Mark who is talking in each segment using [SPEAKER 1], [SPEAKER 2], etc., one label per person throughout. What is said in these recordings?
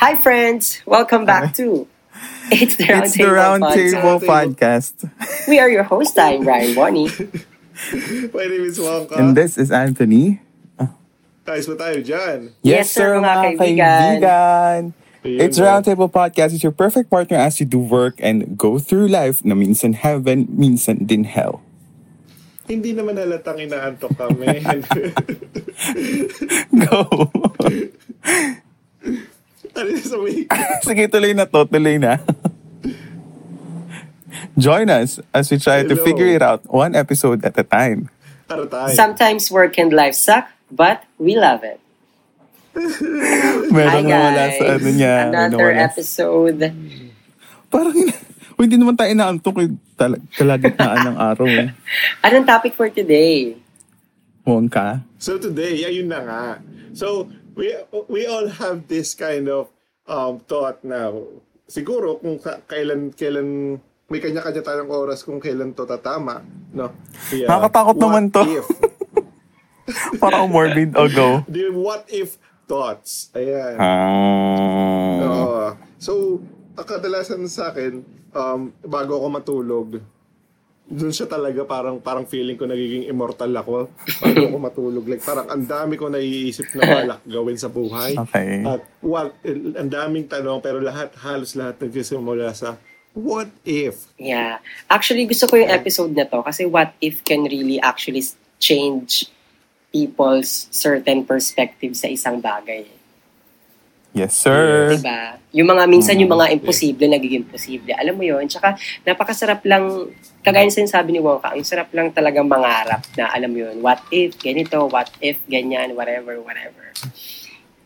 [SPEAKER 1] Hi, friends. Welcome back to It's the Round
[SPEAKER 2] it's the
[SPEAKER 1] Table
[SPEAKER 2] Roundtable
[SPEAKER 1] Podcast.
[SPEAKER 2] Podcast.
[SPEAKER 1] We are your host. I'm Ryan Wani.
[SPEAKER 3] My name is Wonka.
[SPEAKER 2] And this is Anthony.
[SPEAKER 3] Guys, pa tayo dyan.
[SPEAKER 1] Yes, sir, mga kaibigan.
[SPEAKER 3] Ayun
[SPEAKER 2] It's
[SPEAKER 3] ba?
[SPEAKER 2] Roundtable Podcast. It's your perfect partner as you do work and go through life na minsan heaven, minsan din hell.
[SPEAKER 3] Hindi naman halatang inaantok kami.
[SPEAKER 2] Go!
[SPEAKER 3] Ano yung sabihin?
[SPEAKER 2] Sige, tuloy na to. Tuloy na. Join us as we try to
[SPEAKER 3] Hello.
[SPEAKER 2] figure it out one episode at a time.
[SPEAKER 3] Tara tayo.
[SPEAKER 1] Sometimes work and life suck, but we love it. Hi,
[SPEAKER 2] Merong nawala
[SPEAKER 1] guys.
[SPEAKER 2] sa ano niya. may
[SPEAKER 1] Another
[SPEAKER 2] nawala.
[SPEAKER 1] episode.
[SPEAKER 2] Parang, Uy, hindi naman tayo inaantok eh. Tal- kalagitnaan ng araw eh.
[SPEAKER 1] Anong topic for today?
[SPEAKER 2] Wongka.
[SPEAKER 3] So today, ayun na nga. So, we we all have this kind of um, thought na siguro kung ka- kailan kailan may kanya-kanya tayong oras kung kailan to tatama, no? Yeah.
[SPEAKER 2] Nakakatakot
[SPEAKER 3] What
[SPEAKER 2] naman to.
[SPEAKER 3] If,
[SPEAKER 2] Parang morbid o Oh, go.
[SPEAKER 3] the what if thoughts. Ayan.
[SPEAKER 2] Ah.
[SPEAKER 3] Oo. so, ang kadalasan sa akin, um, bago ako matulog, doon siya talaga parang parang feeling ko nagiging immortal ako bago ako matulog. Like parang ang dami ko naiisip na balak gawin sa buhay.
[SPEAKER 2] Okay.
[SPEAKER 3] At what, ang daming tanong pero lahat, halos lahat nagsisimula sa what if?
[SPEAKER 1] Yeah. Actually, gusto ko yung episode na to kasi what if can really actually s- change people's certain perspective sa isang bagay.
[SPEAKER 2] Yes, sir.
[SPEAKER 1] Diba? Yung mga, minsan yung mga imposible, nagiging posible. Alam mo yun? Tsaka, napakasarap lang, kagaya sa sinasabi ni Wongka, ang sarap lang talaga mangarap na, alam mo yun, what if, ganito, what if, ganyan, whatever, whatever.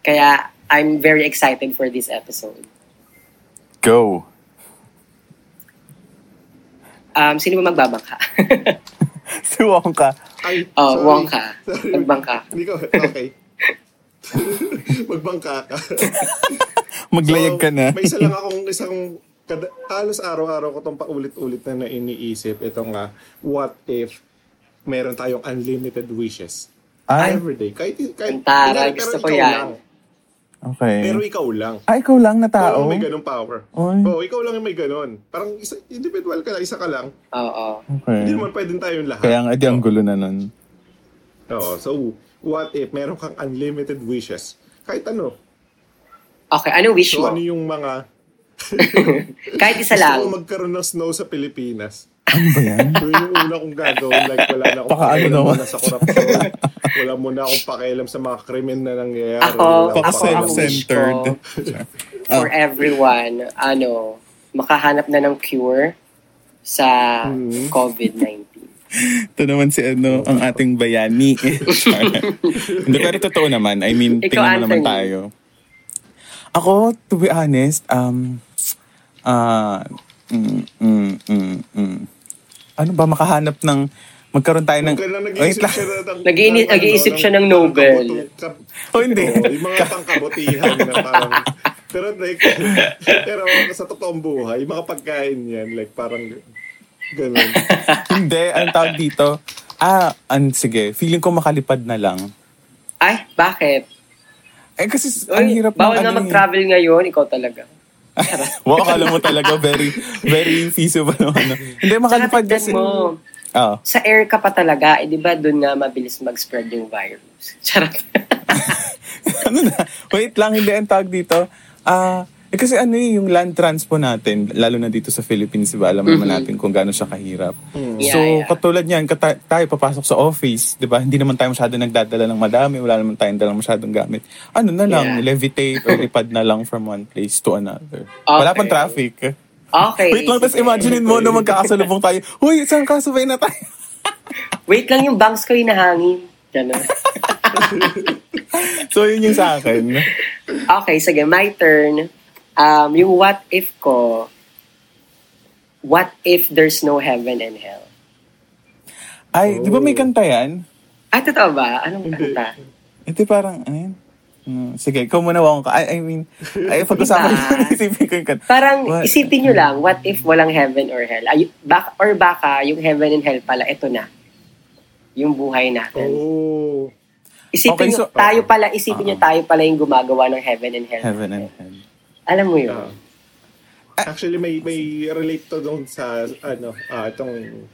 [SPEAKER 1] Kaya, I'm very excited for this episode.
[SPEAKER 2] Go.
[SPEAKER 1] Um, sino ba magbabangka?
[SPEAKER 2] Si Wongka.
[SPEAKER 3] Ay,
[SPEAKER 1] oh,
[SPEAKER 3] sorry.
[SPEAKER 1] Wongka.
[SPEAKER 3] Sorry.
[SPEAKER 1] Magbangka.
[SPEAKER 3] Hindi ko, okay. Magbangka ka.
[SPEAKER 2] Maglayag ka na.
[SPEAKER 3] may isa lang akong isang kada, halos araw-araw ko tong paulit-ulit na na iniisip. Ito nga, what if meron tayong unlimited wishes?
[SPEAKER 2] Ay,
[SPEAKER 3] Every day. Kahit,
[SPEAKER 1] Ang
[SPEAKER 3] kahit,
[SPEAKER 1] taray,
[SPEAKER 3] kunyari, pero
[SPEAKER 1] gusto ko
[SPEAKER 3] ikaw
[SPEAKER 1] yan.
[SPEAKER 3] Lang, pero
[SPEAKER 2] okay.
[SPEAKER 3] ikaw lang.
[SPEAKER 2] Ay, ikaw lang na
[SPEAKER 3] Ikaw lang
[SPEAKER 2] tao.
[SPEAKER 3] may ganun power.
[SPEAKER 2] Ah, oh. Ay.
[SPEAKER 3] Oo, ikaw lang yung may ganun. Parang isa, individual ka lang, isa ka lang.
[SPEAKER 1] Oo.
[SPEAKER 2] Okay.
[SPEAKER 3] Hindi naman pwedeng tayong lahat.
[SPEAKER 2] Kaya nga, di ang gulo na nun.
[SPEAKER 3] Oo, so, what if meron kang unlimited wishes? Kahit ano.
[SPEAKER 1] Okay, anong wish
[SPEAKER 3] So,
[SPEAKER 1] mo?
[SPEAKER 3] ano yung mga...
[SPEAKER 1] Kahit isa
[SPEAKER 3] Gusto ko
[SPEAKER 1] lang.
[SPEAKER 3] magkaroon ng snow sa Pilipinas.
[SPEAKER 2] Ano ba yan?
[SPEAKER 3] Yun yung una kong gagawin. Like, wala na akong
[SPEAKER 2] Baka ano
[SPEAKER 3] pakialam
[SPEAKER 2] naman.
[SPEAKER 3] muna sa korupsyon. Wala muna akong pakialam sa mga krimen na nangyayari.
[SPEAKER 1] Ako,
[SPEAKER 3] Wala akong
[SPEAKER 1] ako ang
[SPEAKER 3] pakialam.
[SPEAKER 1] wish ko
[SPEAKER 2] Self-centered.
[SPEAKER 1] for everyone, ano, makahanap na ng cure sa
[SPEAKER 2] Mm.
[SPEAKER 1] COVID-19.
[SPEAKER 2] Ito naman si ano, ang ating bayani. Hindi, pero totoo naman. I mean,
[SPEAKER 1] Ikaw,
[SPEAKER 2] tingnan mo naman
[SPEAKER 1] Anthony.
[SPEAKER 2] tayo. Ako, to be honest, um, ah, mm, mm, mm, mm. ano ba, makahanap ng, magkaroon tayo ng,
[SPEAKER 3] Kailan
[SPEAKER 2] wait
[SPEAKER 3] nag-iisip
[SPEAKER 2] lang.
[SPEAKER 3] siya na ng...
[SPEAKER 1] Nag-iini-
[SPEAKER 3] ng ano,
[SPEAKER 1] nag-iisip siya ng Nobel.
[SPEAKER 3] kab-
[SPEAKER 2] Oh, hindi.
[SPEAKER 3] Oo, yung mga pangkabutihan na parang... Pero like, pero sa totoong buhay, mga pagkain yan, like parang ganun.
[SPEAKER 2] Hindi, ang tawag dito, ah, an, sige, feeling ko makalipad na lang.
[SPEAKER 1] Ay, bakit?
[SPEAKER 2] Eh, kasi s- ang
[SPEAKER 1] Uy,
[SPEAKER 2] hirap ng
[SPEAKER 1] bawal na
[SPEAKER 2] ano eh.
[SPEAKER 1] mag-travel ngayon, ikaw talaga.
[SPEAKER 2] Wow, akala mo talaga very, very feasible na ano. Hindi, makalipad
[SPEAKER 1] Tsaka tignan
[SPEAKER 2] kasi.
[SPEAKER 1] mo,
[SPEAKER 2] Oh.
[SPEAKER 1] sa air ka pa talaga, eh, di ba doon nga mabilis mag-spread yung virus? Charot.
[SPEAKER 2] ano na? Wait lang, hindi ang tawag dito. Ah, eh, kasi ano eh, yung land transpo natin, lalo na dito sa Philippines, diba, alam naman natin kung gaano siya kahirap.
[SPEAKER 1] Yeah,
[SPEAKER 2] so,
[SPEAKER 1] Mm-hmm. yeah.
[SPEAKER 2] katulad niyan, kata- tayo papasok sa office, di ba? Hindi naman tayo masyado nagdadala ng madami, wala naman tayong dalang masyadong gamit. Ano na
[SPEAKER 1] Yeah.
[SPEAKER 2] lang, levitate or lipad na lang from one place to another. Wala pang traffic.
[SPEAKER 1] Okay.
[SPEAKER 2] Wait lang, tapos imaginein mo na magkakasalubong tayo. Uy, saan kasabay na tayo?
[SPEAKER 1] Wait lang yung bangs ko hinahangin. Ganun.
[SPEAKER 2] so, yun yung sa akin.
[SPEAKER 1] Okay, sige, my turn. Um, yung what if ko, what if there's no heaven and hell?
[SPEAKER 2] Ay, di ba may kanta yan?
[SPEAKER 1] Ay, totoo ba? Anong kanta?
[SPEAKER 2] Ito parang, ano yun? Mm, sige, ikaw muna wakong ka. I, I mean, ay, pag-usapan
[SPEAKER 1] Diba?
[SPEAKER 2] ko, naisipin ko yung kan.
[SPEAKER 1] Parang
[SPEAKER 2] What?
[SPEAKER 1] isipin nyo lang, what if walang heaven or hell? Ay, bak or baka yung heaven and hell pala, eto na. Yung buhay natin.
[SPEAKER 3] Oh.
[SPEAKER 1] Isipin
[SPEAKER 2] Okay,
[SPEAKER 1] nyo,
[SPEAKER 2] so- uh, uh-huh.
[SPEAKER 1] tayo pala, isipin nyo tayo pala yung gumagawa ng heaven and hell.
[SPEAKER 2] Heaven Uh-huh. and hell.
[SPEAKER 1] Alam mo yun.
[SPEAKER 3] Ah. actually, may, may relate to dun sa, ano, ah, itong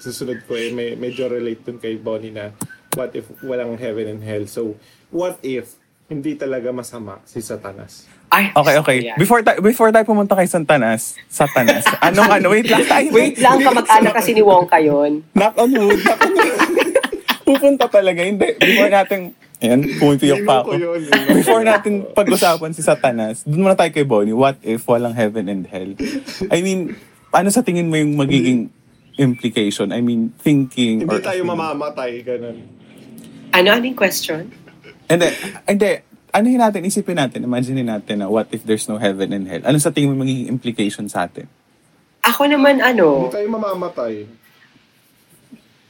[SPEAKER 3] susunod ko eh, may, medyo relate dun kay Bonnie na what if walang heaven and hell? So, what if hindi talaga masama si Satanas?
[SPEAKER 1] Ay, ah.
[SPEAKER 2] Okay, okay.
[SPEAKER 1] yan.
[SPEAKER 2] Before, ta- before tayo pumunta kay Santanas, Satanas, anong ano, wait lang tayo.
[SPEAKER 1] Wait lang, kamag-anak kasi ni Wongka yun.
[SPEAKER 2] Knock on wood. knock on wood. Pupunta talaga. Hindi. Before natin, ayan, pumipiyok pa ako.
[SPEAKER 3] Hindi mo ko yun.
[SPEAKER 2] Before natin pag-usapan si Satanas, doon muna tayo kay Bonnie. What if walang heaven and hell? I mean, ano sa tingin mo yung magiging implication? I mean, thinking
[SPEAKER 3] Hindi
[SPEAKER 2] or...
[SPEAKER 3] tayo mamamatay, ganun.
[SPEAKER 1] Ano, anong question?
[SPEAKER 2] Hindi, hindi. Ano yun natin, isipin natin, imagine natin na what if there's no heaven and hell? Ano sa tingin mo yung magiging implication sa atin?
[SPEAKER 1] Ako naman,
[SPEAKER 3] Hindi
[SPEAKER 1] ano,
[SPEAKER 3] tayo mamamatay.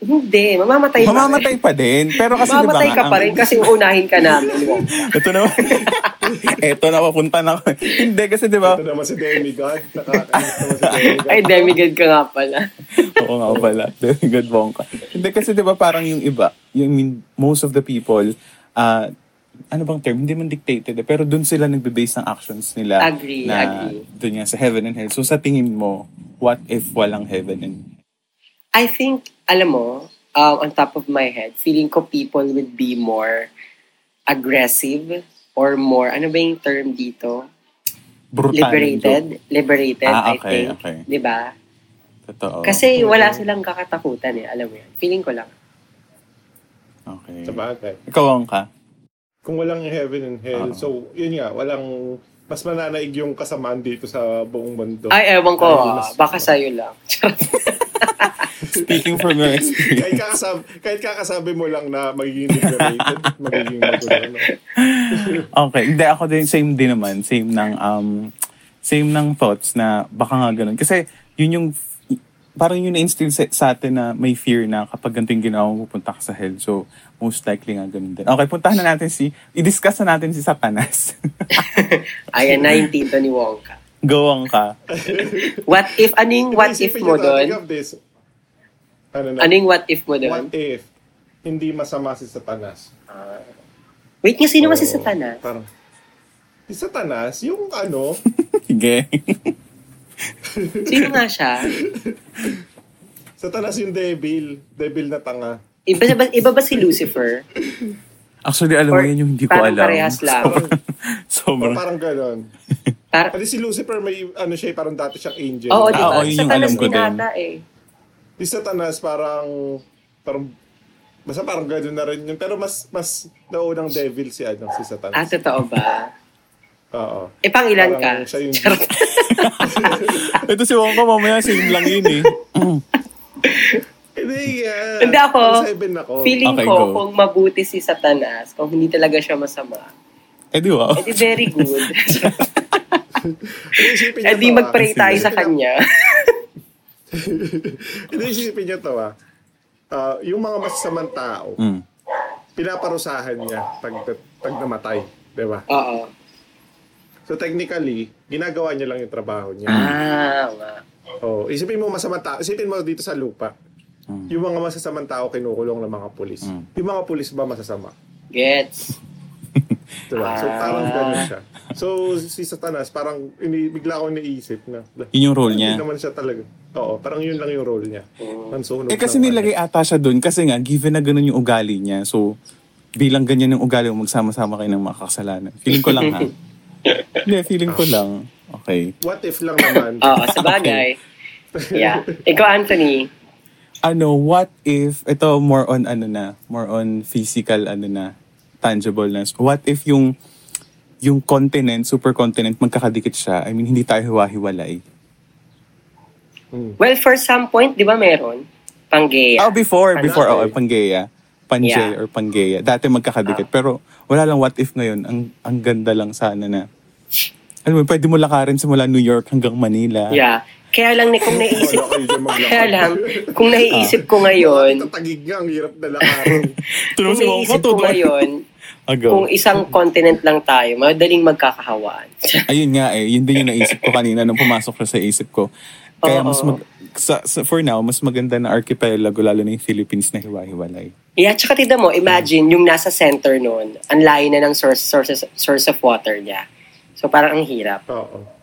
[SPEAKER 1] hindi, mamamatay ka.
[SPEAKER 2] Mamamatay pa din, pero kasi di ba
[SPEAKER 1] Mamamatay
[SPEAKER 2] nga,
[SPEAKER 1] ka pa
[SPEAKER 2] ang-
[SPEAKER 1] rin kasi uunahin ka namin, Wongka.
[SPEAKER 2] Ito na. Ito na papunta na ako. Hindi kasi 'di ba?
[SPEAKER 3] Ito naman si Demigod. Nakakainis naman si Demigod.
[SPEAKER 1] Ah. Ay, demigod ka nga pala.
[SPEAKER 2] Oo nga pala. Good bongka. Hindi kasi 'di ba parang yung iba, yung I mean, most of the people uh, ano bang term? Hindi man dictated eh, pero doon sila nagbe-base ng actions nila.
[SPEAKER 1] Agree,
[SPEAKER 2] na,
[SPEAKER 1] agree.
[SPEAKER 2] Doon nga sa heaven and hell. So sa tingin mo, what if walang heaven and
[SPEAKER 1] I think, alam mo, um, on top of my head, feeling ko people would be more aggressive or more, ano ba yung term dito?
[SPEAKER 2] brutal?
[SPEAKER 1] Liberated? Liberated, I
[SPEAKER 2] Ah, okay,
[SPEAKER 1] think.
[SPEAKER 2] okay. Oh,
[SPEAKER 1] Diba?
[SPEAKER 2] Totoo.
[SPEAKER 1] Kasi wala silang kakatakutan eh, alam mo yan. Feeling ko lang.
[SPEAKER 2] Okay.
[SPEAKER 3] Sa bagay.
[SPEAKER 2] Ikaw ang ka.
[SPEAKER 3] Kung walang heaven and
[SPEAKER 1] Ah.
[SPEAKER 3] hell,
[SPEAKER 2] Oo.
[SPEAKER 3] so yun nga, walang mas mananaig yung kasamaan dito sa buong mundo.
[SPEAKER 1] Ay, ewan ko,
[SPEAKER 3] Dahil
[SPEAKER 1] ah,
[SPEAKER 3] mas-
[SPEAKER 1] baka sa'yo lang.
[SPEAKER 2] Speaking from your experience.
[SPEAKER 3] kahit kakasabi, kahit kakasabi mo lang na magiging liberated, magiging magulo. No?
[SPEAKER 2] Okay, hindi ako din same din naman, same ng um same ng thoughts na baka nga ganun. Kasi yun yung parang yun na-instill sa, sa atin na may fear na kapag ganito yung ginawa mo, pupunta ka sa hell. So, most likely nga ganun din. Okay, puntahan na natin si, i-discuss na natin si Satanas.
[SPEAKER 1] Ayan na yung tito ni Wongka.
[SPEAKER 2] Gawang ka.
[SPEAKER 1] What if, ano yung what if
[SPEAKER 3] Isipin
[SPEAKER 1] mo
[SPEAKER 3] nyo to, think
[SPEAKER 1] doon?
[SPEAKER 3] of this. Ano na?
[SPEAKER 1] Ano yung what if mo
[SPEAKER 3] What
[SPEAKER 1] doon?
[SPEAKER 3] if hindi masama si Satanas? Ah,
[SPEAKER 1] Wait nga, sino ba si
[SPEAKER 3] oo,
[SPEAKER 1] Satanas?
[SPEAKER 3] Parang, si Satanas, yung ano,
[SPEAKER 2] Sige.
[SPEAKER 1] Sino nga siya?
[SPEAKER 3] Satanas yung devil, devil na tanga.
[SPEAKER 1] Iba, iba, iba ba si Lucifer?
[SPEAKER 2] Actually, alam mo
[SPEAKER 1] Or
[SPEAKER 2] yun yung hindi ko
[SPEAKER 1] parang
[SPEAKER 2] alam.
[SPEAKER 1] parehas lang.
[SPEAKER 3] Parang,
[SPEAKER 2] Sobrang.
[SPEAKER 3] parang ganon.
[SPEAKER 1] Para,
[SPEAKER 3] Kasi si Lucifer, may ano siya, eh, parang dati siyang angel.
[SPEAKER 1] Oo,
[SPEAKER 2] Ah,
[SPEAKER 1] di ba?
[SPEAKER 2] oo, yun yung
[SPEAKER 1] Satanas
[SPEAKER 2] alam ko
[SPEAKER 1] din
[SPEAKER 2] din.
[SPEAKER 1] ata eh.
[SPEAKER 3] Di Satanas parang parang basta parang gano'n na rin yun. Pero mas mas naunang devil si ano si
[SPEAKER 1] Ah,
[SPEAKER 3] Satanas.
[SPEAKER 1] totoo ba?
[SPEAKER 3] Oo.
[SPEAKER 1] Eh, pang ilan ka?
[SPEAKER 3] Parang siya yung-
[SPEAKER 1] Charot.
[SPEAKER 2] Ito si Wong mamaya, same lang yun eh.
[SPEAKER 3] Hindi yeah.
[SPEAKER 1] Hindi ako.
[SPEAKER 3] Seven ako.
[SPEAKER 1] Feeling
[SPEAKER 2] Okay,
[SPEAKER 1] ko,
[SPEAKER 2] go.
[SPEAKER 1] kung mabuti si Satanas, kung hindi talaga siya masama,
[SPEAKER 2] Eh, di ba?
[SPEAKER 1] eh di very good.
[SPEAKER 3] Iisipin niyo
[SPEAKER 1] eh di
[SPEAKER 3] to, ah.
[SPEAKER 1] mag-pray tayo
[SPEAKER 3] Isipin
[SPEAKER 1] sa kanya.
[SPEAKER 3] Hindi isipin niyo to ah. Ah, yung mga masasamang tao,
[SPEAKER 2] Mm.
[SPEAKER 3] pinaparusahan niya pag, pag namatay. Di ba?
[SPEAKER 1] Oo.
[SPEAKER 3] So technically, ginagawa niya lang yung trabaho niya.
[SPEAKER 1] Ah, nga.
[SPEAKER 3] Oh, isipin mo masamang tao, isipin mo dito sa lupa.
[SPEAKER 2] Mm.
[SPEAKER 3] Yung mga masasamang tao kinukulong ng mga pulis.
[SPEAKER 2] Mm.
[SPEAKER 3] Yung mga pulis ba masasama?
[SPEAKER 1] Gets.
[SPEAKER 3] Diba? So
[SPEAKER 1] Ah.
[SPEAKER 3] parang ganun siya. So si Satanas parang ini bigla ko iniisip na
[SPEAKER 2] Yun yung role niya.
[SPEAKER 3] hindi naman siya talaga. Oo, parang yun lang yung role niya.
[SPEAKER 1] Mm.
[SPEAKER 3] Mansunog
[SPEAKER 2] Eh kasi
[SPEAKER 3] ng-
[SPEAKER 2] nilagay ata siya doon kasi nga given na ganun yung ugali niya. So bilang ganyan yung ugali mo magsama-sama kayo ng mga kasalanan. Feeling ko lang ha. Hindi, feeling ko lang. Okay.
[SPEAKER 3] What if lang naman?
[SPEAKER 1] Oo, sa bagay. Yeah. Ikaw, Anthony.
[SPEAKER 2] Ano, what if, ito more on ano na, more on physical ano na, tangible na. What if yung yung continent, supercontinent, magkakadikit siya. I mean, hindi tayo hiwa-hiwalay.
[SPEAKER 3] Hmm.
[SPEAKER 1] Well, for some point, di ba meron? Panggeya.
[SPEAKER 2] Oh, before, before, oh,
[SPEAKER 3] Panay.
[SPEAKER 2] Pangea. Pangea
[SPEAKER 1] Ano? Yeah. Ah.
[SPEAKER 2] or Pangea. Dati magkakadikit. Pero wala lang what if ngayon. Ang, ang ganda lang sana na. Alam mo, pwede mo lakarin simula New York hanggang Manila.
[SPEAKER 1] Yeah. Kaya lang, ni- kung naiisip,
[SPEAKER 3] Ah. Wala kayo dyan maglakad.
[SPEAKER 1] kaya lang, kung naiisip ko ngayon,
[SPEAKER 3] Tatagig nga, ang hirap na lakarin.
[SPEAKER 2] Tulong
[SPEAKER 1] kung
[SPEAKER 2] si Wong
[SPEAKER 1] naiisip ko
[SPEAKER 2] tuloy.
[SPEAKER 1] ngayon,
[SPEAKER 2] Ah, go.
[SPEAKER 1] kung isang continent lang tayo, madaling magkakahawaan.
[SPEAKER 2] Ayun nga eh. Yun din yung naisip ko kanina nung pumasok na sa isip ko. Kaya mas
[SPEAKER 1] Oo.
[SPEAKER 2] mag... Sa, sa- for now, mas maganda na archipelago lalo na yung Philippines na hiwa-hiwalay.
[SPEAKER 1] Yeah, tsaka tignan mo, imagine yung nasa center noon, ang layo na ng source, sources, source of water niya. So parang ang hirap,
[SPEAKER 3] Oo.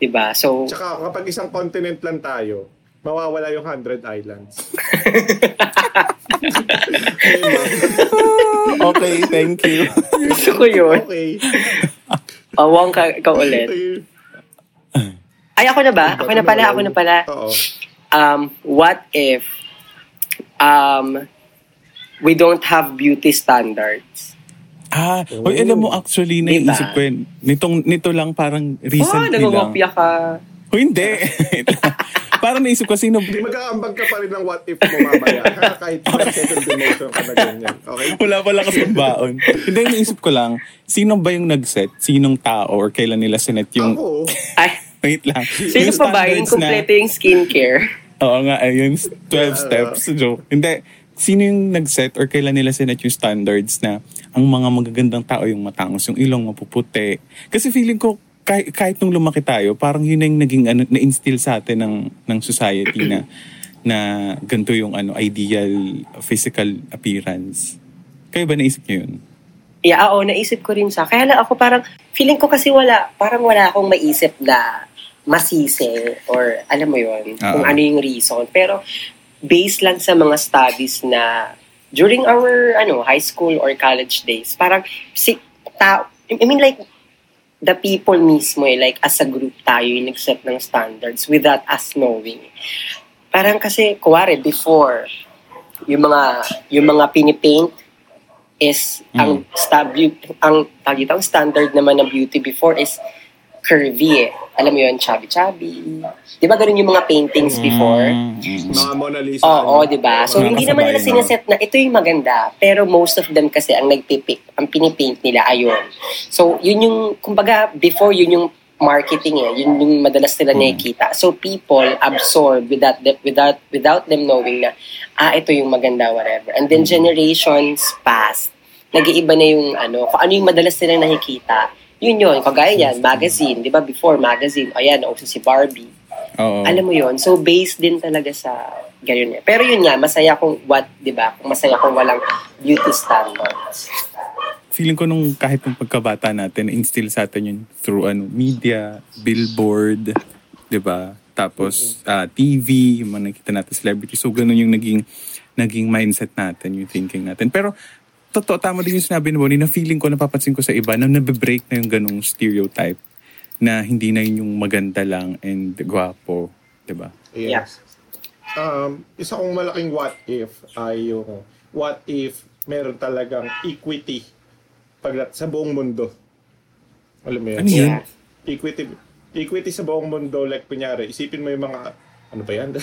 [SPEAKER 1] 'di ba? So
[SPEAKER 3] Tsaka kapag isang continent lang tayo, mawawala yung 100 islands. Ayun lang.
[SPEAKER 2] Okay, thank you.
[SPEAKER 1] gusto ko 'yun.
[SPEAKER 3] okay.
[SPEAKER 1] Pawang ka ikaw ulit.
[SPEAKER 3] Ayun.
[SPEAKER 1] Ay ako na ba? Ako na pala, ako na pala.
[SPEAKER 3] Oo.
[SPEAKER 1] um, what if um, we don't have beauty standards?
[SPEAKER 2] ah, oy, alam mo actually,
[SPEAKER 1] Diba?
[SPEAKER 2] naiisip ko yun. Nitong, nito lang parang
[SPEAKER 1] Oh,
[SPEAKER 2] recently lang.
[SPEAKER 1] nangungopia ka.
[SPEAKER 2] Oh, hindi. parang naisip ko, sino,
[SPEAKER 3] Hindi mag-aambag ka pa rin ng what if mo mamaya. ha? Kahit second dimension ka na ganyan. Okay?
[SPEAKER 2] Wala pala kasi baon. Hindi, naisip ko lang, sino ba yung nag-set? Sinong tao or kailan nila sinet yung...
[SPEAKER 3] Ako,
[SPEAKER 1] Ay,
[SPEAKER 2] Wait lang.
[SPEAKER 1] sino
[SPEAKER 2] Yung
[SPEAKER 1] pa ba yung
[SPEAKER 2] standards na-
[SPEAKER 1] kompleto yung skincare?
[SPEAKER 2] Oo nga, ayun, 12 steps. Joke. Hindi, sino yung nag-set or kailan nila sinet yung standards na ang mga magagandang tao yung matangos, yung ilong mapuputi. Kasi feeling ko, kahit, kahit nung lumaki tayo, parang yun na yung naging ano, na-instill sa atin ng, ng society na na ganito yung ano ideal physical appearance. Kayo ba naisip niyo yun?
[SPEAKER 1] Yeah, oo, naisip ko rin sa. Kaya lang ako parang, feeling ko kasi wala, parang wala akong maisip na masisi or alam mo yon kung
[SPEAKER 2] Oo.
[SPEAKER 1] ano yung reason. Pero based lang sa mga studies na during our ano high school or college days, parang si tao, I mean like the people mismo eh, like as a group tayo yung nag-set ng standards without us knowing. Parang kasi, kuwari, before, yung mga, yung mga pinipaint is, ang, sta- beau- ang, tawag dito, ang standard naman ng beauty before is curvy eh. Alam mo yun, chubby-chubby. Di ba ganun yung mga paintings before?
[SPEAKER 2] Mm.
[SPEAKER 3] mga Mona Lisa.
[SPEAKER 1] Oo,
[SPEAKER 3] ano?
[SPEAKER 1] di ba? So,
[SPEAKER 2] Mga
[SPEAKER 1] hindi naman nila
[SPEAKER 2] kasabay, no?
[SPEAKER 1] sinaset na ito yung maganda. Pero most of them kasi ang nagpipick, ang pinipaint nila ayon. So, yun yung, kumbaga, before yun yung marketing eh. Yun yung madalas nila nakikita. So, people absorb without, the- without, without them knowing na, ah, ito yung maganda, whatever. And then, generations pass. Nag-iiba na yung, ano, kung ano yung madalas nilang nakikita. Yun yun, kagaya yan, magazine. Di ba, before magazine, ayan, nauso si Barbie.
[SPEAKER 2] Oo.
[SPEAKER 1] Alam mo yon So, based din talaga sa ganyan. eh. Pero yun nga, masaya kung what, di ba? Kung masaya kung walang beauty standards.
[SPEAKER 2] feeling ko nung kahit nung pagkabata natin, instill sa atin yun through ano, media, billboard, 'di ba? Tapos ah, TV, yung mga nakita natin celebrity. So ganun yung naging naging mindset natin, yung thinking natin. Pero totoo tama din yung sinabi ni Bonnie na feeling ko napapansin ko sa iba na nabe-break na yung ganung stereotype na hindi na yun yung maganda lang and gwapo, 'di ba?
[SPEAKER 1] Yeah.
[SPEAKER 3] Yes. Um, isa kong malaking what if ay yung what if meron talagang equity pagdat sa buong mundo. Alam mo yun?
[SPEAKER 2] Ano yun?
[SPEAKER 1] Yeah.
[SPEAKER 3] equity equity sa buong mundo like kunyari isipin mo yung mga ano ba yan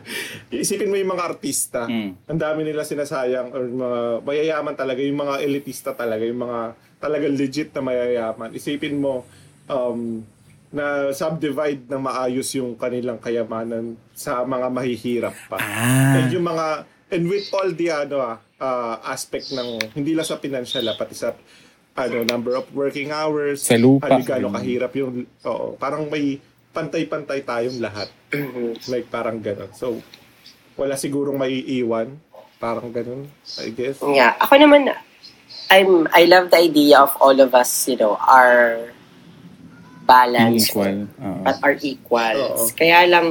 [SPEAKER 3] isipin mo yung mga artista
[SPEAKER 2] Mm.
[SPEAKER 3] ang dami nila sinasayang or mga mayayaman talaga yung mga elitista talaga yung mga talaga legit na mayayaman isipin mo um, na subdivide ng maayos yung kanilang kayamanan sa mga mahihirap pa
[SPEAKER 2] Ah.
[SPEAKER 3] and yung mga and with all the ano ah, ah, aspect ng hindi lang sa financial ah, pati sa ano number of working hours
[SPEAKER 2] Sa lupa.
[SPEAKER 3] ano gaano kahirap yung oo parang may pantay-pantay tayong lahat like parang ganun so wala sigurong maiiwan parang ganun I guess
[SPEAKER 1] Yeah. Ako naman, I'm, I love the idea of all of us, you know, are balanced.
[SPEAKER 2] Equal. Oo.
[SPEAKER 1] At are equal.
[SPEAKER 3] Oo.
[SPEAKER 1] Kaya lang,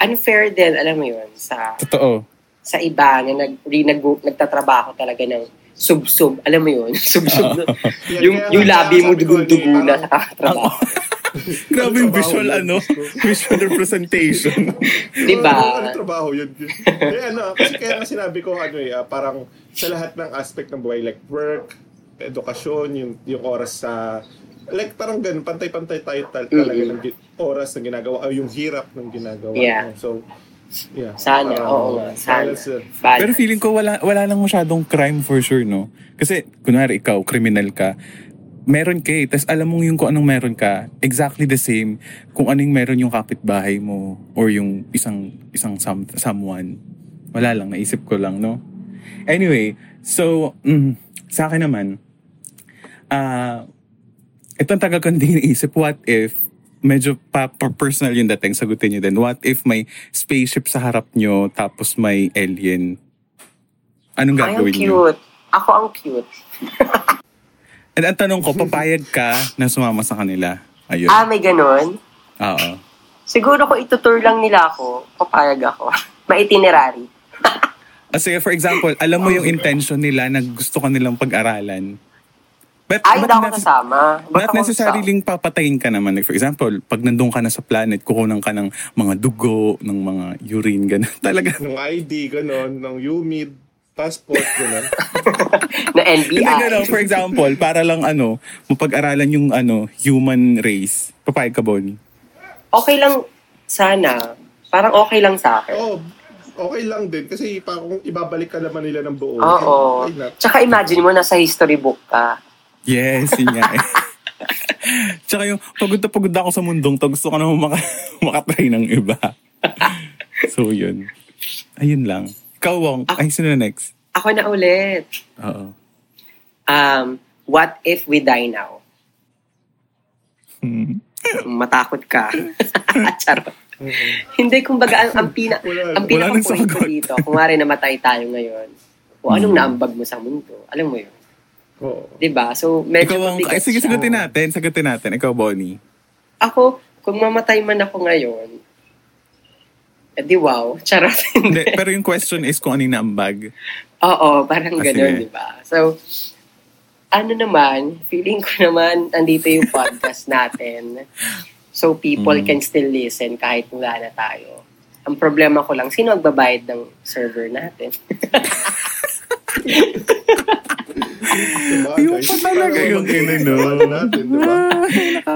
[SPEAKER 1] unfair din, alam mo yun, sa
[SPEAKER 2] Totoo.
[SPEAKER 1] sa iba na nag, rin, nag, nagtatrabaho talaga ng sub-sub. Alam mo yun?
[SPEAKER 2] Ah.
[SPEAKER 1] Sub-sub. yung,
[SPEAKER 3] Kaya-
[SPEAKER 1] yung
[SPEAKER 3] kaya
[SPEAKER 1] labi mo
[SPEAKER 3] sabi ko,
[SPEAKER 1] dugun-dugo
[SPEAKER 3] eh,
[SPEAKER 1] na
[SPEAKER 3] parang-
[SPEAKER 1] sa trabaho.
[SPEAKER 2] Grabe yung visual ano,
[SPEAKER 3] Trabaho.
[SPEAKER 2] visual representation.
[SPEAKER 1] Di ba?
[SPEAKER 3] Oo, ano trabaho yun? Kaya ano, kasi kaya nga sinabi ko, ano eh, ah, parang sa lahat ng aspect ng buhay, like work, edukasyon, yung, yung oras sa... Like parang ganun, pantay-pantay tayo tal- talaga ng gi- oras na ginagawa, o yung hirap ng ginagawa.
[SPEAKER 1] Yeah.
[SPEAKER 3] So, yeah.
[SPEAKER 1] Sana,
[SPEAKER 3] Parang,
[SPEAKER 1] oo nga. Sana.
[SPEAKER 3] balance yun.
[SPEAKER 1] Balance.
[SPEAKER 2] Pero feeling ko wala wala lang masyadong crime for sure, no? Kasi kunwari ikaw, criminal ka, meron ka eh, tas alam mo yung kung anong meron ka, exactly the same kung anong meron yung kapitbahay mo or yung isang isang some, someone. Wala lang, naisip ko lang, no? Anyway, so, mm, sa akin naman, ah, ito ang tagal ko hindi iniisip, what if, medyo pa, pa- personal yung dating, sagutin niyo din, what if may spaceship sa harap niyo tapos may alien? Anong
[SPEAKER 1] Ay, ang
[SPEAKER 2] gagawin niyo?
[SPEAKER 1] cute. Ako ang cute.
[SPEAKER 2] And ang tanong ko, papayag ka na sumama sa kanila? Ayun.
[SPEAKER 1] Ah, may ganun?
[SPEAKER 2] Oo.
[SPEAKER 1] Siguro ko itutur lang nila ako, papayag ako. Maitinerary.
[SPEAKER 2] Kasi Ah, for example, alam mo yung intention nila na gusto ka nilang pag-aralan. But,
[SPEAKER 1] Ay, hindi ako
[SPEAKER 2] nasa-
[SPEAKER 1] kasama. Ba't
[SPEAKER 2] Not
[SPEAKER 1] ako
[SPEAKER 2] necessarily papatayin ka naman. Like for example, pag nandun ka na sa planet, kukunan ka ng mga dugo, ng mga urine, gano'n. Talaga.
[SPEAKER 3] Nung ID, ganun. Nung UMID, passport, ganun.
[SPEAKER 1] kasama? Na NBI.
[SPEAKER 2] Hindi, no, no. For example, para lang ano, mapag-aralan yung ano, human race. Papayag ka, Bonnie.
[SPEAKER 1] Okay lang sana. Parang okay lang sa akin.
[SPEAKER 3] Oo, Oh, okay lang din. Kasi parang ibabalik ka naman nila ng buo.
[SPEAKER 1] Oo.
[SPEAKER 3] Why not?
[SPEAKER 1] Tsaka imagine mo, nasa history book ka.
[SPEAKER 2] Yes, yun nga eh. Tsaka yung pagod na pagod na ako sa mundong to, gusto ko na maka- makatry ng iba. so yun. Ayun lang. Ikaw, Wong.
[SPEAKER 1] Ah.
[SPEAKER 2] Ay, sino na next?
[SPEAKER 1] Ako na ulit.
[SPEAKER 2] Oo.
[SPEAKER 1] Um, what if we die now?
[SPEAKER 2] Hmm.
[SPEAKER 1] Matakot ka. Charot. Hindi, kumbaga, ang, ang, pina,
[SPEAKER 3] Wala-
[SPEAKER 1] ang
[SPEAKER 2] wala
[SPEAKER 1] pinaka
[SPEAKER 2] nang
[SPEAKER 1] point ko
[SPEAKER 2] sagot. Hmm.
[SPEAKER 1] dito, kung wari namatay tayo ngayon, o anong naambag mo sa mundo, alam mo yun.
[SPEAKER 3] Oo.
[SPEAKER 1] 'Di ba So, medyo
[SPEAKER 2] Ikaw, Wong.
[SPEAKER 1] mabigat
[SPEAKER 2] Ay, sige,
[SPEAKER 1] siya.
[SPEAKER 2] sagutin natin. Sagutin natin. Ikaw, Bonnie.
[SPEAKER 1] Ako, kung mamatay man ako ngayon, eh di wow, charot.
[SPEAKER 2] Hindi, pero yung question is kung ano yung naambag.
[SPEAKER 1] Oo, parang
[SPEAKER 2] Ah,
[SPEAKER 1] ganun,
[SPEAKER 2] sige.
[SPEAKER 1] di ba? So, ano naman, feeling ko naman, andito yung podcast natin. So, people
[SPEAKER 2] Mm.
[SPEAKER 1] can still listen kahit wala na tayo. Ang problema ko lang, sino magbabayad ng server natin?
[SPEAKER 3] Diba,
[SPEAKER 2] Ayun
[SPEAKER 3] guys?
[SPEAKER 2] pa talaga
[SPEAKER 3] Parang
[SPEAKER 2] yung
[SPEAKER 3] mag-inano
[SPEAKER 2] ano.
[SPEAKER 3] natin, diba?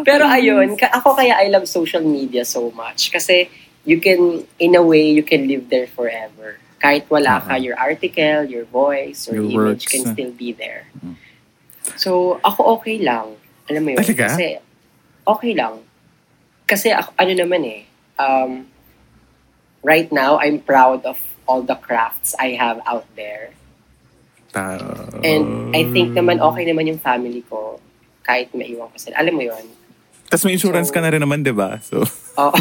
[SPEAKER 1] Pero ayun, ka- ako kaya I love social media so much. Kasi you can, in a way, you can live there forever. Kahit wala ka,
[SPEAKER 2] Oo.
[SPEAKER 1] your article, your voice, or
[SPEAKER 2] Your Mm.
[SPEAKER 1] image
[SPEAKER 2] works.
[SPEAKER 1] can still be there. So, ako okay lang. Alam mo yun?
[SPEAKER 2] Talaga?
[SPEAKER 1] Kasi, okay lang. Kasi ako, ano naman eh, um, right now, I'm proud of all the crafts I have out there.
[SPEAKER 2] Ta-
[SPEAKER 1] Ah, And I think naman
[SPEAKER 2] Oh.
[SPEAKER 1] okay naman yung family ko kahit maiwan ko sila. Alam mo yun?
[SPEAKER 2] Tapos may insurance ka na rin naman, di ba? So,
[SPEAKER 1] Oo.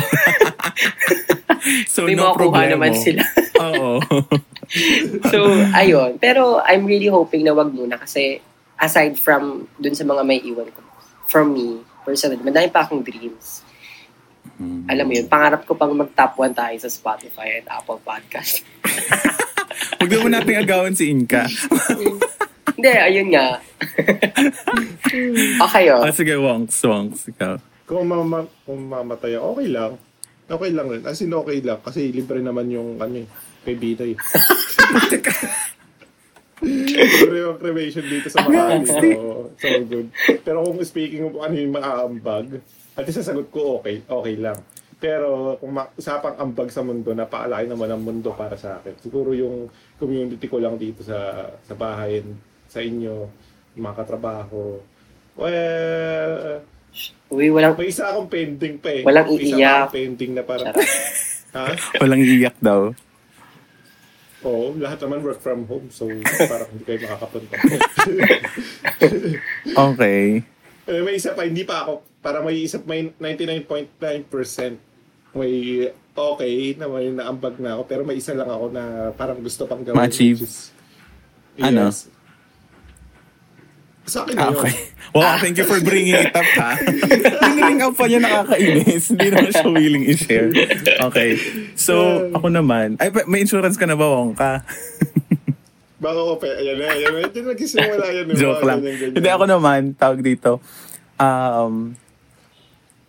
[SPEAKER 2] so
[SPEAKER 1] May
[SPEAKER 2] no
[SPEAKER 1] makukuha
[SPEAKER 2] problema.
[SPEAKER 1] naman sila.
[SPEAKER 2] Oo.
[SPEAKER 1] So, ayun. Pero I'm really hoping na wag muna kasi aside from dun sa mga may iwan ko, from me, personally, madami pa akong dreams.
[SPEAKER 2] Mm-hmm.
[SPEAKER 1] Alam mo yun, pangarap ko pang mag-top 1 tayo sa Spotify at Apple Podcast.
[SPEAKER 2] Huwag naman natin agawan si Inka.
[SPEAKER 1] Hindi, ayun nga. okay
[SPEAKER 2] Oh,
[SPEAKER 1] yun.
[SPEAKER 2] sige, Wongs, Wongs, ikaw.
[SPEAKER 3] Kung, mama, kung mamatay ako, okay lang. Okay lang rin. As in, okay lang. Kasi libre naman yung, ano eh, kay Bita eh. Libre yung cremation dito sa Makati. So, so good. Pero kung speaking of ano yung maaambag, at least sasagot ko okay, okay lang. Pero kung ma- usapang ambag sa mundo, napaalaki naman ang mundo para sa akin. Siguro yung community ko lang dito sa sa bahay, sa inyo, mga katrabaho. Well,
[SPEAKER 1] Uy, walang...
[SPEAKER 3] may isa akong pending pa eh.
[SPEAKER 1] Walang
[SPEAKER 3] May isa
[SPEAKER 1] iiyak.
[SPEAKER 3] akong pending na parang...
[SPEAKER 1] Charot.
[SPEAKER 3] ha?
[SPEAKER 2] Walang iiyak daw.
[SPEAKER 3] Oo, lahat naman work from home. So, parang hindi kayo makakapunta.
[SPEAKER 2] Okay.
[SPEAKER 3] Eh, may isa pa, hindi pa ako. Para may isa, may 99.9% may okay na may naambag na ako. Pero may isa lang ako na parang gusto pang gawin.
[SPEAKER 2] Ma-achieve?
[SPEAKER 3] which is-
[SPEAKER 2] Ano?
[SPEAKER 3] Yes. Sa akin
[SPEAKER 2] Ah,
[SPEAKER 3] na yun.
[SPEAKER 2] okay. Wow, thank you for bringing it up, ha? Bringing up pa niya nakakainis. Hindi naman siya willing i-share. Okay. So, ako naman. Ay, pa- may insurance ka na ba, Wongka?
[SPEAKER 3] Baka ko pa. Ayan na, ayan na. Hindi nagsisimula yan. yung
[SPEAKER 2] Joke
[SPEAKER 3] mga
[SPEAKER 2] lang.
[SPEAKER 3] ganyan-ganyan.
[SPEAKER 2] Hindi ako naman, tawag dito. Um,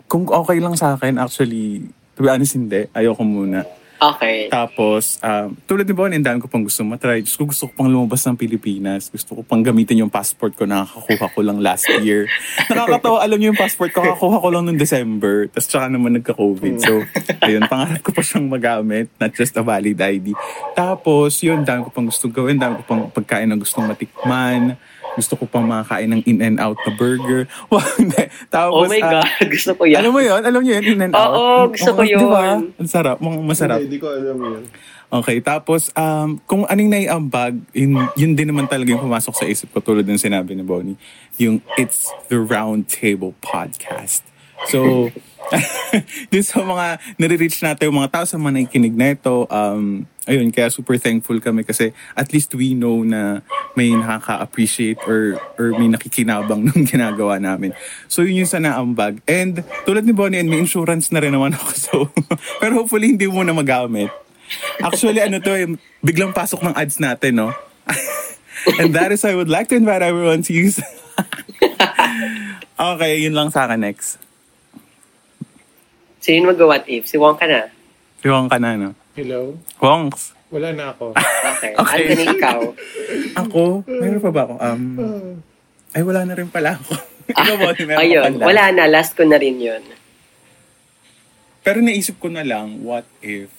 [SPEAKER 2] kung okay lang sa akin, actually, to be honest, hindi. Ayoko muna.
[SPEAKER 1] Okay.
[SPEAKER 2] Tapos, um, tulad ni Bon, ang dami ko pang gusto matry. Diyos ko, gusto ko pang lumabas ng Pilipinas. Gusto ko pang gamitin yung passport ko na nakakuha ko lang last year. Nakakatawa, alam niyo yung passport ko, nakakuha ko lang noong December. Tapos tsaka naman nagka-COVID. So,
[SPEAKER 1] Hmm.
[SPEAKER 2] ayun, pangarap ko pa siyang magamit, not just a valid ID. Tapos, yun, dami ko pang gusto gawin, dami ko pang pagkain na gustong matikman. Gusto ko pang makakain ng in and out na burger. Wow, hindi. Tapos,
[SPEAKER 1] Oh my
[SPEAKER 2] ah,
[SPEAKER 1] God, gusto ko yan.
[SPEAKER 2] Alam mo yun? Alam niyo yun? In and
[SPEAKER 1] Oo,
[SPEAKER 2] out?
[SPEAKER 1] gusto ko
[SPEAKER 2] di ba?
[SPEAKER 1] yun.
[SPEAKER 2] Ang sarap. mga Masarap.
[SPEAKER 3] Hindi, hindi ko alam yun.
[SPEAKER 2] Okay, tapos um, kung anong naiambag, yun, yun din naman talaga yung pumasok sa isip ko tulad ng sinabi ni Bonnie, yung It's the Round Table Podcast. So, dun sa mga nare-reach natin, yung mga tao sa mga nakikinig na ito, um, ayun, kaya super thankful kami kasi at least we know na may nakaka-appreciate or, or may nakikinabang nung ginagawa namin. So, yun yung sana ambag. And tulad ni Bonnie, and may insurance na rin naman ako. So, pero hopefully hindi mo na magamit. Actually, ano to, eh, biglang pasok ng ads natin, no? and that is, I would like to invite everyone to use... okay, yun lang sa akin next.
[SPEAKER 1] Sino mag-what if? Si Wong ka na.
[SPEAKER 2] Iwan ka na, no?
[SPEAKER 3] Hello?
[SPEAKER 2] Wongs.
[SPEAKER 3] Wala na ako.
[SPEAKER 1] Okay.
[SPEAKER 2] Okay.
[SPEAKER 1] Anthony, ikaw.
[SPEAKER 2] Ako? Meron pa ba ako? Um, ay, wala na rin pala ako. Ikaw Ano ba? Meron ka
[SPEAKER 1] Ayun,
[SPEAKER 2] pala.
[SPEAKER 1] wala na. Last ko na rin yun.
[SPEAKER 2] Pero naisip ko na lang, what if...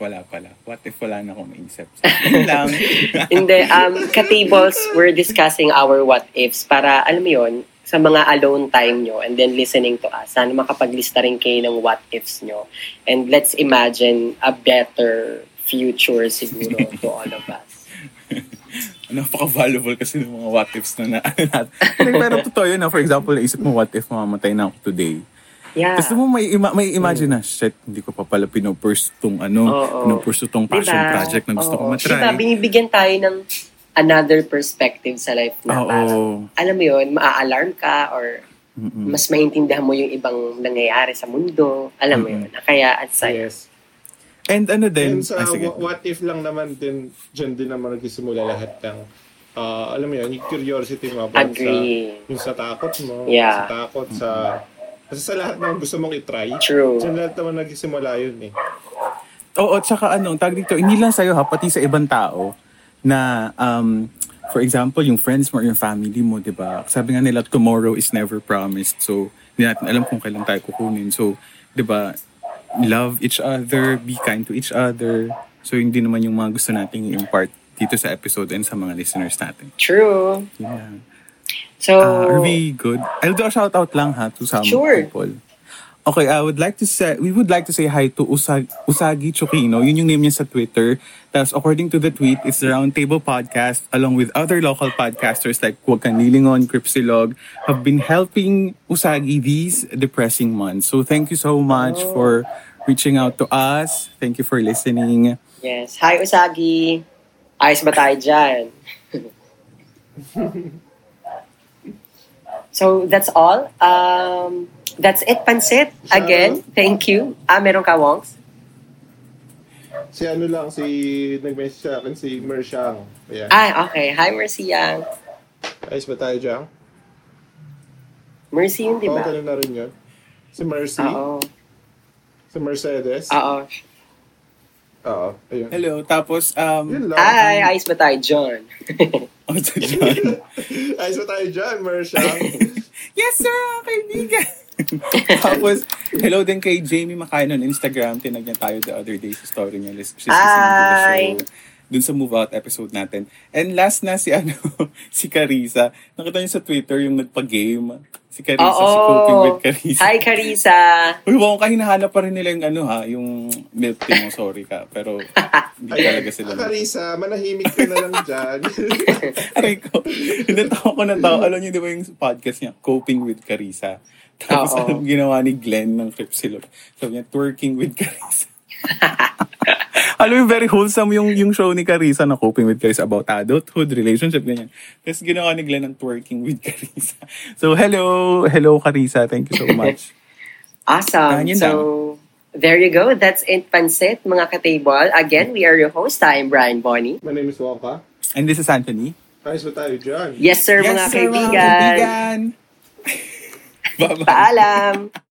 [SPEAKER 2] Wala pala. What if wala na akong naisip? So, yun lang.
[SPEAKER 1] Hindi, um, ka-tables, we're discussing our what-ifs para, alam mo yun, sa mga alone time nyo and then listening to us, sana makapaglista rin kayo ng what-ifs nyo. And let's imagine a better future siguro to all of us.
[SPEAKER 2] Napaka-valuable kasi ng mga what ifs na na. Hindi, Pero totoo yun. ah. For example, naisip mo, what if mamamatay na ako today?
[SPEAKER 1] Yeah.
[SPEAKER 2] Tapos mo may, ima- may imagine na, shit, hindi ko pa pala pinupurse tong ano,
[SPEAKER 1] Oo.
[SPEAKER 2] pinupurse tong passion
[SPEAKER 1] Diba?
[SPEAKER 2] project na gusto
[SPEAKER 1] Oo.
[SPEAKER 2] ko matry.
[SPEAKER 1] Diba, binibigyan tayo ng another perspective sa life na
[SPEAKER 2] Oo.
[SPEAKER 1] parang, alam mo yun, maa-alarm ka or
[SPEAKER 2] Mm-mm.
[SPEAKER 1] mas maintindihan mo yung ibang nangyayari sa mundo. Alam mo yun. Kaya, at saya.
[SPEAKER 3] Yes.
[SPEAKER 2] And ano din?
[SPEAKER 3] And
[SPEAKER 2] ah,
[SPEAKER 3] sa
[SPEAKER 2] sige.
[SPEAKER 3] wha- what if lang naman din, dyan din naman nagsisimula lahat ng, ah, alam mo yun, yung curiosity mo about sa,
[SPEAKER 1] Agree.
[SPEAKER 3] yung sa takot mo,
[SPEAKER 1] Yeah.
[SPEAKER 3] sa takot, sa, kasi sa lahat ng gusto mong itry,
[SPEAKER 1] True.
[SPEAKER 3] dyan lahat naman nagsisimula yun eh.
[SPEAKER 2] Oo, tsaka ano, tag dito, hindi lang sa'yo ha, pati sa ibang tao na, um, for example, yung friends mo or yung family mo, di ba? Sabi nga nila, tomorrow is never promised. So, hindi natin alam kung kailan tayo kukunin. So, di ba, love each other, be kind to each other. So, hindi naman yung mga gusto nating impart dito sa episode and sa mga listeners natin.
[SPEAKER 1] True.
[SPEAKER 2] Yun lang.
[SPEAKER 1] So,
[SPEAKER 2] Uh, are we
[SPEAKER 3] Oh.
[SPEAKER 2] good? I'll do a shout out lang ha to some
[SPEAKER 1] Sure.
[SPEAKER 2] people. Okay, I would like to say we would like to say hi to Usag, Usagi Chokino. Yun yung name niya sa Twitter. Tapos according to the tweet, it's the Roundtable Podcast along with other local podcasters like Huwag Kang Lilingon, Cripsilog have been helping Usagi these depressing months. So thank you so much
[SPEAKER 3] Oh.
[SPEAKER 2] for reaching out to us. Thank you for listening.
[SPEAKER 1] yes. Hi, Usagi. Ayos ba tayo dyan? so, that's all. Um, that's it, Pansit. Again, thank you. Ah, meron ka, Wongs?
[SPEAKER 3] Si ano lang, si, nag-message sa akin, si Mershang. Ayan.
[SPEAKER 1] Ah, okay. Hi, Mercy Yang.
[SPEAKER 3] Ayos ba tayo dyan?
[SPEAKER 1] Mercy yun, di
[SPEAKER 3] Oo,
[SPEAKER 1] ba?
[SPEAKER 3] ganun na rin yun. Si Mercy,
[SPEAKER 1] Oo. Ah.
[SPEAKER 3] si Mercedes.
[SPEAKER 1] Oo.
[SPEAKER 3] Oo, ayun.
[SPEAKER 2] Hello. Tapos um
[SPEAKER 3] Yun lang.
[SPEAKER 1] Hi, ayos ba tayo dyan?
[SPEAKER 2] oh, sa John.
[SPEAKER 3] Ayos ba tayo dyan, Mershang?
[SPEAKER 2] Yes, sir, mga kaibigan. Tapos, hello din kay Jamie Makayan on Instagram. Tinag niya tayo the other day sa story niya. Lis- She's listening to the
[SPEAKER 1] Hi.
[SPEAKER 2] show. Dun sa move out episode natin. And last na si ano, si Carissa. Nakita niyo sa Twitter yung nagpa-game. Si Carissa,
[SPEAKER 1] Oo.
[SPEAKER 2] si Coping with Carissa.
[SPEAKER 1] Hi, Carissa.
[SPEAKER 2] Uy, mukhang kahinahanap pa rin nila yung ano ha, yung milk tea mo. Sorry ka. Pero, hindi talaga sila.
[SPEAKER 3] Carissa, manahimik ka na lang dyan.
[SPEAKER 2] Aray ko. Inatawa ko ng tao. Alam niyo, di ba yung podcast niya, Coping with Carissa. Tapos
[SPEAKER 1] Oo.
[SPEAKER 2] anong ginawa ni Glenn ng Cripsilog? Sabi niya, Twerking with Carissa. Alam mo, very wholesome yung, yung show ni Carissa na Coping with Carissa about adulthood, relationship, ganyan. Tapos ginawa ni Glenn ng Twerking with Carissa. So, hello! Hello, Carissa. Thank you so much. Ah,
[SPEAKER 1] Awesome.
[SPEAKER 2] yun
[SPEAKER 1] so, there you go. That's it, Pansit, mga katable. Again, we are your host. I'm Brian Bonnie.
[SPEAKER 3] My name is Wonka.
[SPEAKER 2] And this is Anthony.
[SPEAKER 3] Ayos ba tayo dyan?
[SPEAKER 1] Yes, sir, mga kaibigan.
[SPEAKER 2] Bye-bye.
[SPEAKER 1] Paalam.